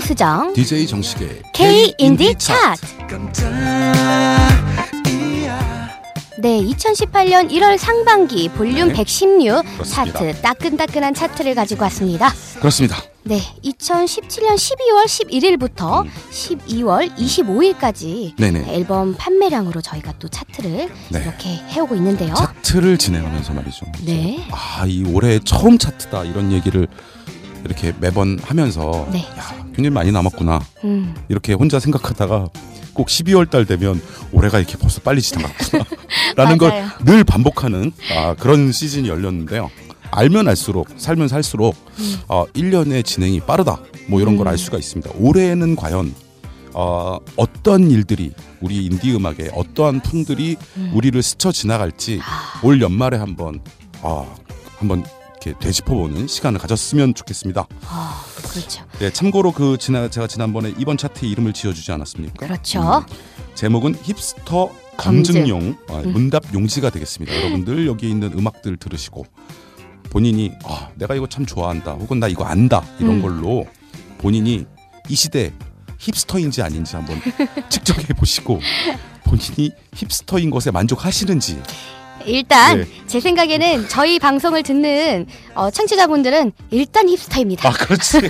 수정 DJ 정식의 K 인디 차트. 깜짝이야 네, 2018년 1월 상반기 볼륨 네. 116 그렇습니다. 차트 따끈따끈한 차트를 가지고 왔습니다. 그렇습니다. 네, 2017년 12월 11일부터 12월 25일까지 음. 네네. 앨범 판매량으로 저희가 또 차트를 네. 이렇게 해오고 있는데요. 차트를 진행하면서 말이죠. 네. 아, 이 올해 처음 차트다 이런 얘기를 이렇게 매번 하면서 네. 야, 균일 많이 남았구나. 음. 이렇게 혼자 생각하다가 꼭 12월 달 되면 올해가 이렇게 벌써 빨리 지나갔구나라는 걸 맞아요. 늘 반복하는 아, 그런 시즌이 열렸는데요. 알면 알수록 살면 살수록 음. 어, 1년의 진행이 빠르다 뭐 이런 걸 알 수가 있습니다. 올해는 과연 어, 어떤 일들이 우리 인디 음악에 어떠한 풍들이 음. 우리를 스쳐 지나갈지 아. 올 연말에 한번 어, 한번 이렇게 되짚어보는 시간을 가졌으면 좋겠습니다. 아, 그렇죠. 네, 참고로 그 지나 제가 지난번에 이번 차트 이름을 지어주지 않았습니까? 음. 그렇죠. 제목은 힙스터 검증. 음. 검증용 아, 문답 용지가 되겠습니다. 여러분들 여기 있는 음악들 들으시고 본인이 아, 내가 이거 참 좋아한다 혹은 나 이거 안다 이런 음. 걸로 본인이 이 시대 힙스터인지 아닌지 한번 직접 해보시고 본인이 힙스터인 것에 만족하시는지 일단 네. 제 생각에는 저희 방송을 듣는 어, 청취자분들은 일단 힙스터입니다. 아 그렇지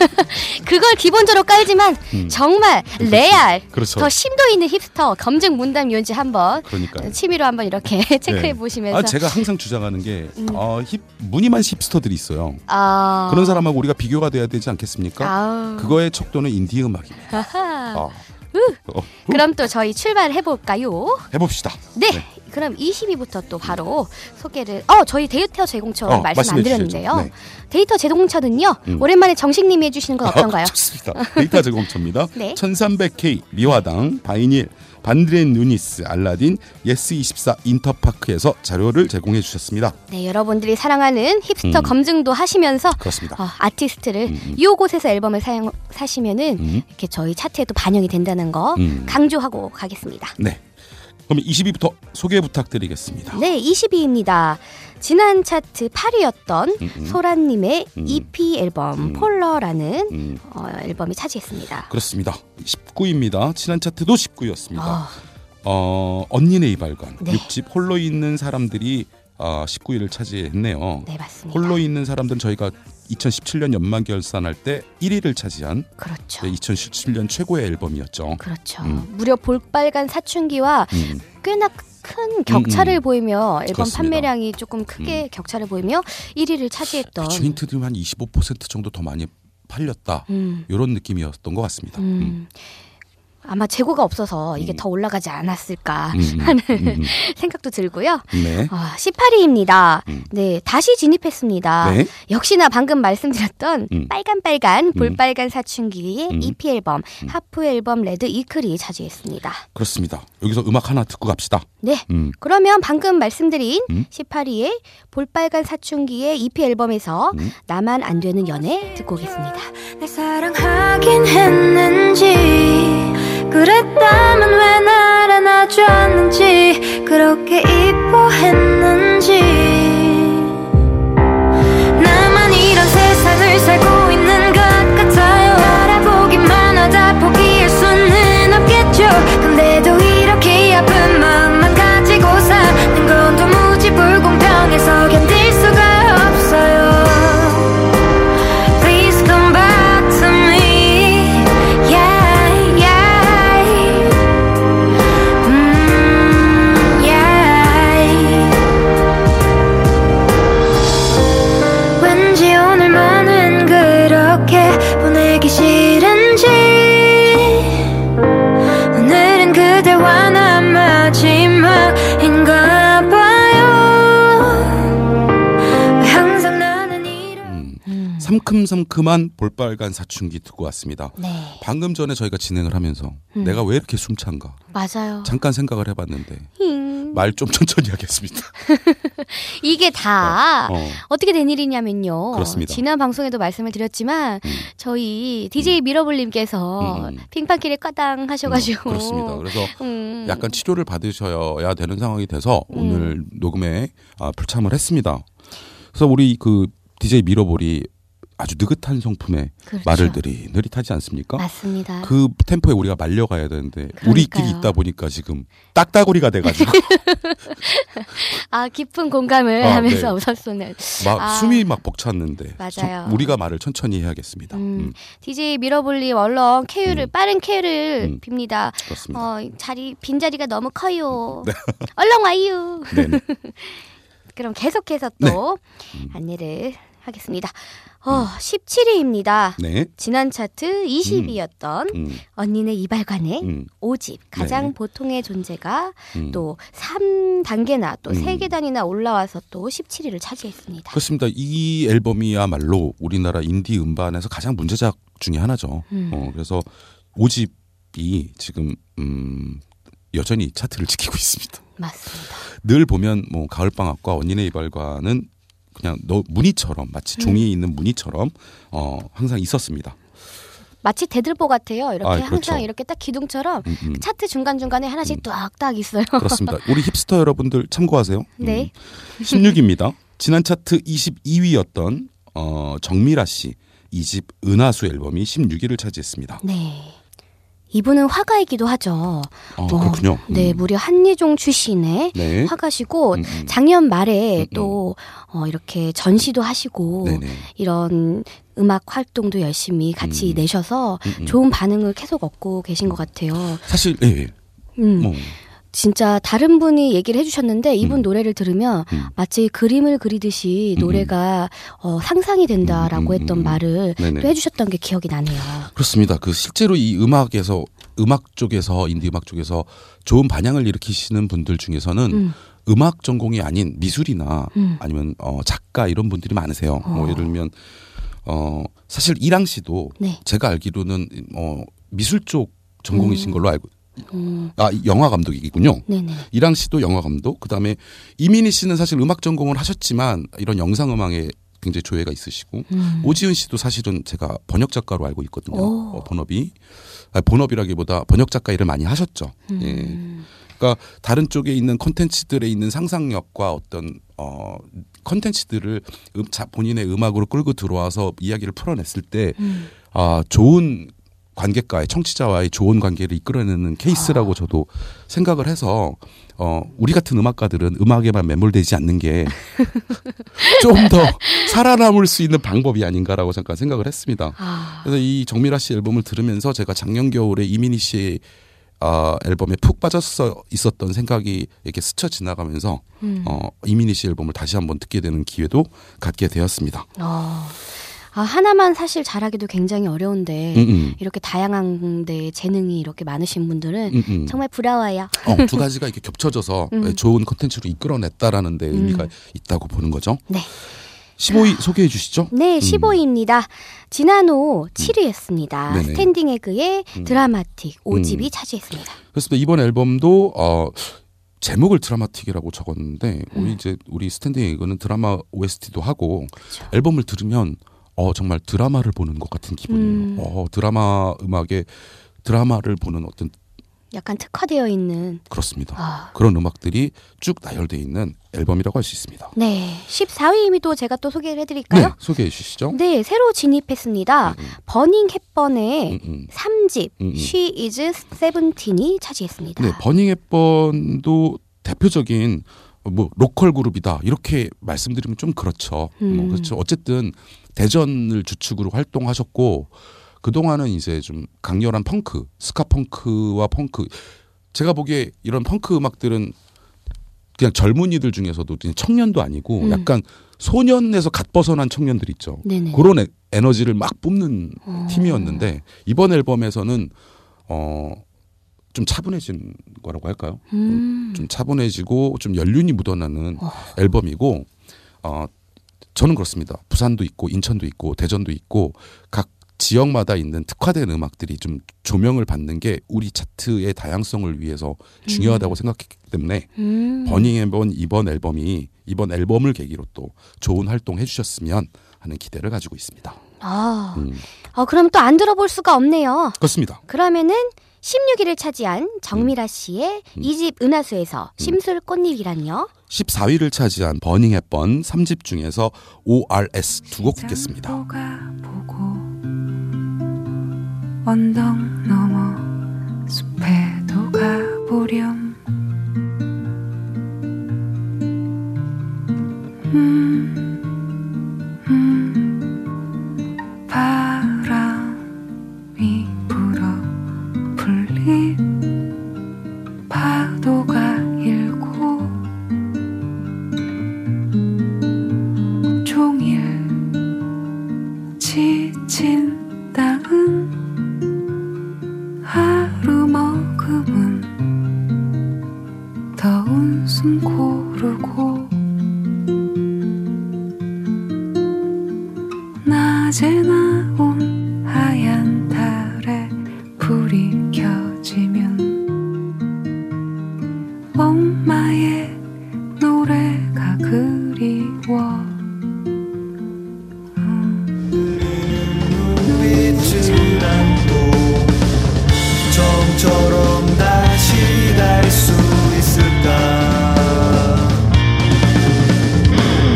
그걸 기본적으로 깔지만 정말 레알 음. 그렇죠 더 심도 있는 힙스터 검증 문담 요지 한번 그러니까 요 네. 취미로 한번 이렇게 체크해 보시면서 음. 아, 제가 항상 주장하는 게 어, 힙 무늬만 힙스터들이 있어요. 아, 그런 사람하고 우리가 비교가 돼야 되지 않겠습니까? 아우. 그거의 척도는 인디 음악입니다. 아하. 아. 어, 그럼 또 저희 출발해 볼까요? 해봅시다. 네. 네. 그럼 20위부터 또 바로 소개를 어 저희 데이터 제공처 어, 말씀 안 말씀해 드렸는데요. 주시죠. 네. 데이터 제공처는요 음. 오랜만에 정식님이 해주시는 건 어떤가요? 아, 좋습니다. 데이터 제공처입니다. 네. 1300K 미화당 바이닐 반드렌 누니스 알라딘 예스24 인터파크에서 자료를 제공해 주셨습니다. 네 여러분들이 사랑하는 힙스터 음. 검증도 하시면서 그렇습니다. 어, 아티스트를 음, 음. 이곳에서 앨범을 사용, 사시면은 음. 이렇게 저희 차트에도 반영이 된다는 거 음. 강조하고 가겠습니다. 네. 그럼 20위부터 소개 부탁드리겠습니다. 네, 20위입니다. 지난 차트 8위였던 음, 음. 소란님의 음. EP 앨범 폴러라는 음, 어, 앨범이 차지했습니다. 그렇습니다. 19위입니다. 지난 차트도 19위였습니다. 어, 어, 언니네 이발관 네. 육집 홀로 있는 사람들이 어, 19위를 차지했네요. 네, 맞습니다. 홀로 있는 사람들은 저희가 2017년 연말 결산할 때 1위를 차지한 그렇죠. 2017년 최고의 앨범이었죠. 그렇죠. 음. 무려 볼빨간 사춘기와 음, 꽤나 큰 격차를 음, 음. 보이며 앨범 그렇습니다. 음. 판매량이 조금 크게 격차를 보이며 1위를 차지했던 주인트들만 한25% 정도 더 많이 팔렸다. 음, 이런 느낌이었던 것 같습니다. 음. 음, 아마 재고가 없어서 이게 더 올라가지 않았을까 음, 음, 음, 음. 생각도 들고요. 네. 아, 18위입니다. 음. 네, 다시 진입했습니다. 네. 역시나 방금 말씀드렸던 음. 빨간빨간 볼빨간 사춘기의 음. EP 앨범 하프 앨범 레드 이클이 차지했습니다. 그렇습니다. 여기서 음악 하나 듣고 갑시다. 네. 음, 그러면 방금 말씀드린 음. 18위의 볼빨간 사춘기의 EP 앨범에서 음. 나만 안 되는 연애 듣고 오겠습니다. 날 사랑하긴 했는지 그랬다면 왜 날 안아줘 왔는지 그렇게 이뻐했는지 나만 이런 세상을 살고 있는 것 같아요 알아보기만 하다 포기할 수는 없겠죠 근데도 이렇게 아픈 마음만 가지고 사는 건 도무지 불공평해서 견딜 수가 없어요 Please come back to me. Yeah, yeah. Mm, yeah. 왠지 오늘만은 그렇게 보내기 싫은지 오늘은 그대와 나 마지막인가 봐요. 왜 항상 나는 이런. 음. 음. 삼큼삼큼한 볼빨간 사춘기 듣고 왔습니다. 네, 방금 전에 저희가 진행을 하면서 음. 내가 왜 이렇게 숨찬가 맞아요. 잠깐 생각을 해봤는데 힝. 말 좀 천천히 하겠습니다. 이게 다 어. 어떻게 된 일이냐면요. 그렇습니다. 지난 방송에도 말씀을 드렸지만 음. 저희 DJ 미러블님께서 음, 음. 핑판길에 까당 하셔가지고 음, 그렇습니다. 그래서 음, 약간 치료를 받으셔야 되는 상황이 돼서 오늘 녹음에 아, 불참을 했습니다. 그래서 우리 그 DJ 미러볼이 아주 느긋한 성품의 그렇죠. 말을 느릿느릿하지 않습니까? 맞습니다. 그 템포에 우리가 말려가야 되는데 우리끼리 그러니까요. 있다 보니까 지금 딱따구리가 돼가지고 아 깊은 공감을 아, 네. 하면서 웃었었네요. 막 아. 숨이 막 벅찼는데 맞아요. 좀 우리가 말을 천천히 해야겠습니다. 음, 음, DJ 밀어볼리 얼렁 쾌유를 빠른 쾌유를 음. 빕니다. 그렇습니다. 어 자리 빈 자리가 너무 커요. 얼렁 와요. 네, 음. 네. 그럼 계속해서 또 음. 안내를 하겠습니다. 음. 어 17위입니다. 네. 지난 차트 20위였던 음, 언니네 이발관의 음, 5집 가장 네. 보통의 존재가 음. 또 3단계나 또 음. 3계단이나 올라와서 또 17위를 차지했습니다. 그렇습니다. 이 앨범이야말로 우리나라 인디 음반에서 가장 문제작 중에 하나죠. 음. 어, 그래서 오집이 지금 음, 여전히 차트를 지키고 있습니다. 맞습니다. 늘 보면 뭐 가을 방학과 언니네 이발과는 그냥 너 무늬처럼 마치 종이에 음. 있는 무늬처럼 어, 항상 있었습니다. 마치 대들보 같아요. 이렇게 아, 그렇죠. 항상 이렇게 딱 기둥처럼 음, 음. 차트 중간 중간에 하나씩 뚝딱 있어요. 그렇습니다. 우리 힙스터 여러분들 참고하세요. 네. 16입니다. 지난 차트 22위였던 어, 정미라 씨 2집 은하수 앨범이 16위를 차지했습니다. 네. 이분은 화가이기도 하죠. 아, 그렇군요. 음. 네, 뭐, 무려 한예종 출신의 네. 화가시고 음, 음. 작년 말에 또 어, 이렇게 전시도 하시고 네네. 이런 음악 활동도 열심히 같이 음. 내셔서 음, 음. 좋은 반응을 계속 얻고 계신 것 같아요. 사실 예. 예. 음, 뭐 진짜 다른 분이 얘기를 해주셨는데 이분 음. 노래를 들으면 음. 마치 그림을 그리듯이 음, 음. 노래가 어, 상상이 된다라고 음, 음, 했던 음. 말을 네네. 또 해주셨던 게 기억이 나네요. 그렇습니다. 그 실제로 이 음악에서 음악 쪽에서 인디 음악 쪽에서 좋은 반향을 일으키시는 분들 중에서는 음. 음악 전공이 아닌 미술이나 음. 아니면 어, 작가 이런 분들이 많으세요. 어. 뭐 예를 들면 어, 사실 이랑 씨도 네. 제가 알기로는 어, 미술 쪽 전공이신 걸로 알고 음, 아 영화 감독이군요. 네네. 이랑 씨도 영화 감독, 그다음에 이민희 씨는 사실 음악 전공을 하셨지만 이런 영상 음악에 굉장히 조예가 있으시고 음. 오지은 씨도 사실은 제가 번역 작가로 알고 있거든요. 오. 어, 본업이 아, 본업이라기보다 번역 작가 일을 많이 하셨죠. 예. 음. 그러니까 다른 쪽에 있는 콘텐츠들에 있는 상상력과 어떤 어 콘텐츠들을 음, 자, 본인의 음악으로 끌고 들어와서 이야기를 풀어냈을 때 음. 아, 좋은 관객과의 청취자와의 좋은 관계를 이끌어내는 아. 케이스라고 저도 생각을 해서 어, 우리 같은 음악가들은 음악에만 매몰되지 않는 게 좀 더 살아남을 수 있는 방법이 아닌가라고 잠깐 생각을 했습니다. 아, 그래서 이 정미라 씨 앨범을 들으면서 제가 작년 겨울에 이민희 씨의 아, 앨범에 푹 빠져서 있었던 생각이 이렇게 스쳐 지나가면서 음. 어, 이민희 씨 앨범을 다시 한번 듣게 되는 기회도 갖게 되었습니다. 어. 아, 하나만 사실 잘하기도 굉장히 어려운데 음, 음. 이렇게 다양한 데 재능이 이렇게 많으신 분들은 음, 음. 정말 부러워요. 어, 두 가지가 이렇게 겹쳐져서 예, 음. 좋은 컨텐츠로 이끌어냈다라는 데 의미가 음. 있다고 보는 거죠. 네. 15위 소개해 주시죠. 네, 15위입니다. 지난호 7위였습니다. 음. 네네. 스탠딩 에그의 드라마틱 5집이 음. 차지했습니다. 그래서 이번 앨범도 어, 제목을 드라마틱이라고 적었는데 우리 이제 우리 스탠딩 이거는 드라마 OST도 하고 음. 그렇죠. 앨범을 들으면 어, 정말 드라마를 보는 것 같은 기분이에요. 음. 어, 드라마 음악에 드라마를 보는 어떤 약간 특화되어 있는 그렇습니다. 아. 그런 음악들이 쭉 나열돼 있는 앨범이라고 할 수 있습니다. 네, 14위임이 또 제가 또 소개를 네, 해드릴까요? 소개해 주시죠. 네, 새로 진입했습니다. 버닝 햇번의 음, 음. 3집 음, 음. She is 17이 차지했습니다. 네, 버닝 앱번도 대표적인 뭐 로컬 그룹이다 이렇게 말씀드리면 좀 그렇죠. 음. 뭐 그렇죠. 어쨌든 대전을 주축으로 활동하셨고 그 동안은 이제 좀 강렬한 펑크, 스카 펑크와 펑크. 제가 보기에 이런 펑크 음악들은 그냥 젊은이들 중에서도 그냥 청년도 아니고 음. 약간 소년에서 갓 벗어난 청년들 있죠. 네네. 아. 그런 에- 에너지를 막 뿜는 팀이었는데 이번 앨범에서는 어, 좀 차분해진 거라고 할까요? 음. 좀 차분해지고 좀 연륜이 묻어나는 앨범이고 어, 저는 그렇습니다. 부산도 있고 인천도 있고 대전도 있고 각 지역마다 있는 특화된 음악들이 좀 조명을 받는 게 우리 차트의 다양성을 위해서 중요하다고 생각했기 때문에 음. 버닝 앨범 이번 앨범이 이번 앨범을 계기로 또 좋은 활동 해주셨으면 하는 기대를 가지고 있습니다. 아, 음, 어, 그럼 또 안 들어볼 수가 없네요. 그렇습니다. 그러면은 음. 16위를 차지한 정미라 씨의 이 집 은하수에서 심술 꽃잎이란요. 14위를 차지한 버닝 햇번 3집 중에서 ORS 두 곡 듣겠습니다. 보고 언덕 넘어 숲에도 가보렴 음, 음, 바람이 불어 풀잎 파도가 일고 종일 지친 땅은 하루 먹음은 더운 숨 고르고 낮에 나온 하얀 달에 불이 켜지면 엄마의 노래가 그리워 빛은 난또 처음처럼 다시 날 수 있을까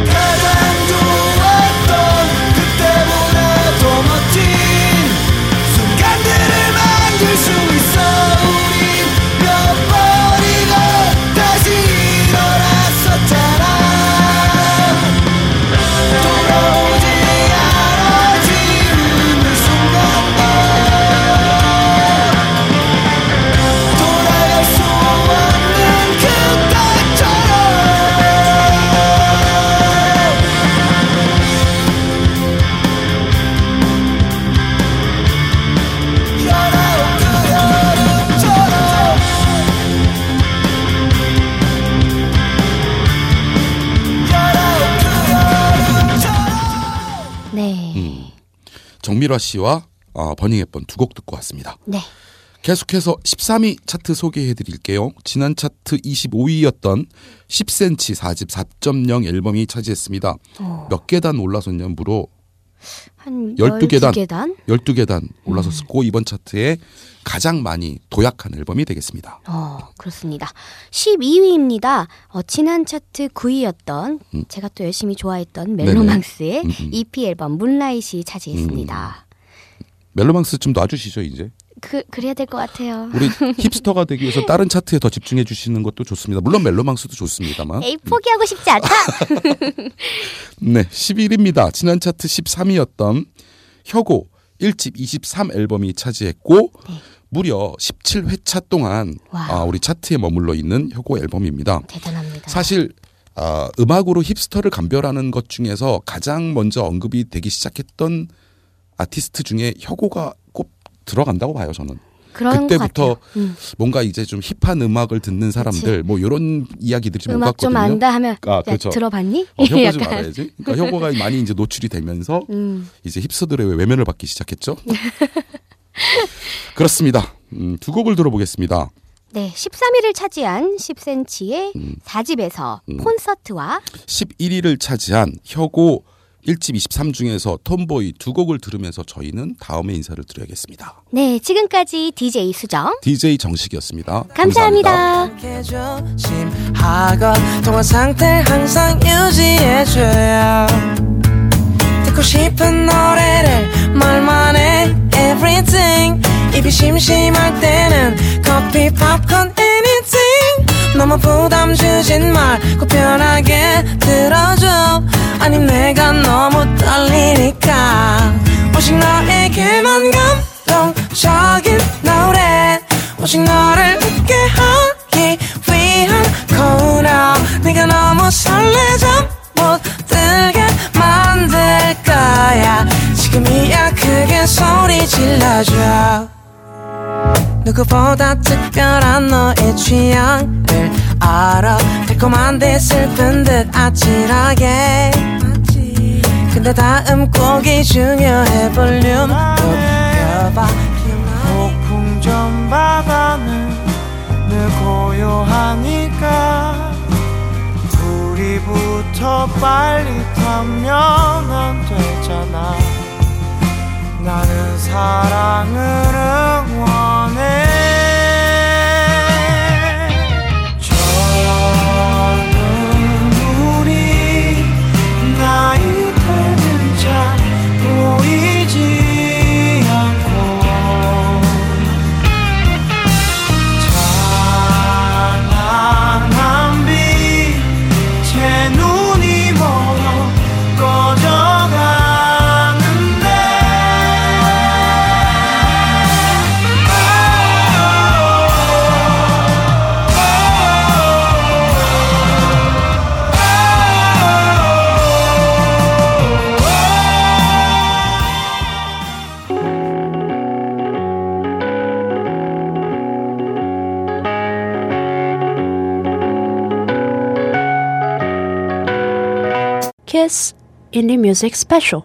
가장 좋았던 그 그때보다 더 멋진 순간들을 만들 수 있어 우린 몇 번이고 다시 일어났었잖아 돌아오지 그 않아 지우는 순간만 돌아갈 수 없는 그 그때처럼 열아홉 그 여름처럼 열아홉 그 여름처럼 네. 음. 정미라 씨와 어, 버닝 햇번 두 곡 듣고 왔습니다. 네. 계속해서 13위 차트 소개해 드릴게요. 지난 차트 25위였던 10cm 4집 4.0 앨범이 차지했습니다. 몇 계단 올라섰냐 물어 한 12계단. 12계단? 12계단 올라섰고 이번 차트에 가장 많이 도약한 앨범이 되겠습니다. 어, 그렇습니다. 12위입니다. 어, 지난 차트 9위였던 음. 제가 또 열심히 좋아했던 멜로망스의 음, 음. EP 앨범 문라잇이 차지했습니다. 멜로망스 좀 놔주시죠 이제. 그 그래야 될 것 같아요. 우리 힙스터가 되기 위해서 다른 차트에 더 집중해 주시는 것도 좋습니다. 물론 멜로망스도 좋습니다만. 에이 포기하고 싶지 않다. 아! 네, 11위입니다. 지난 차트 13위였던 혁오 1집 23 앨범이 차지했고 무려 17회차 동안 와. 네. 아, 우리 차트에 머물러 있는 혁오 앨범입니다. 대단합니다. 사실 아, 음악으로 힙스터를 감별하는 것 중에서 가장 먼저 언급이 되기 시작했던 아티스트 중에 혁오가 꼭 들어간다고 봐요, 저는. 그런 것 그때부터 같아요. 음, 뭔가 이제 좀 힙한 음악을 듣는 사람들 뭐 이런 이야기들이 좀 음악 좀 오갔거든요. 안다 하면 아, 야, 그렇죠. 들어봤니? 어, 혁오 좀 알아야지. 그러니까 혁오가 많이 이제 노출이 되면서 음, 이제 힙스들의 외면을 받기 시작했죠. 그렇습니다. 음, 두 곡을 들어보겠습니다. 네, 13위를 차지한 10cm의 음. 4집에서 음. 콘서트와 11위를 차지한 혁오 1집 23 중에서 톰보이 두 곡을 들으면서 저희는 다음에 인사를 드려야겠습니다. 네, 지금까지 DJ 수정 DJ 정식이었습니다. 감사합니다. 해줘 심하건 통화 상태 항상 유지해줘요 듣고 싶은 노래를 말만 해 everything 입이 심심할 때는 커피 팝콘 anything 너무 부담 주진 말고 편하게 들어줘 아니 내가 너무 떨리니까 오직 너에게만 감동적인 노래 오직 너를 웃게 하기 위한 코너 네가 너무 설레져 못 들게 만들 거야 지금이야 크게 소리 질러줘 누구보다 특별한 너의 취향을 알아 달콤한 데 슬픈 듯 아찔하게 근데 다음 곡이 중요해 볼륨 높여봐 폭풍 전 바다는 늘 고요하니까 불이 붙어 빨리 타면 안 되잖아 나는 사랑을 응원해 젊은 KBS 인디 뮤직 스페셜.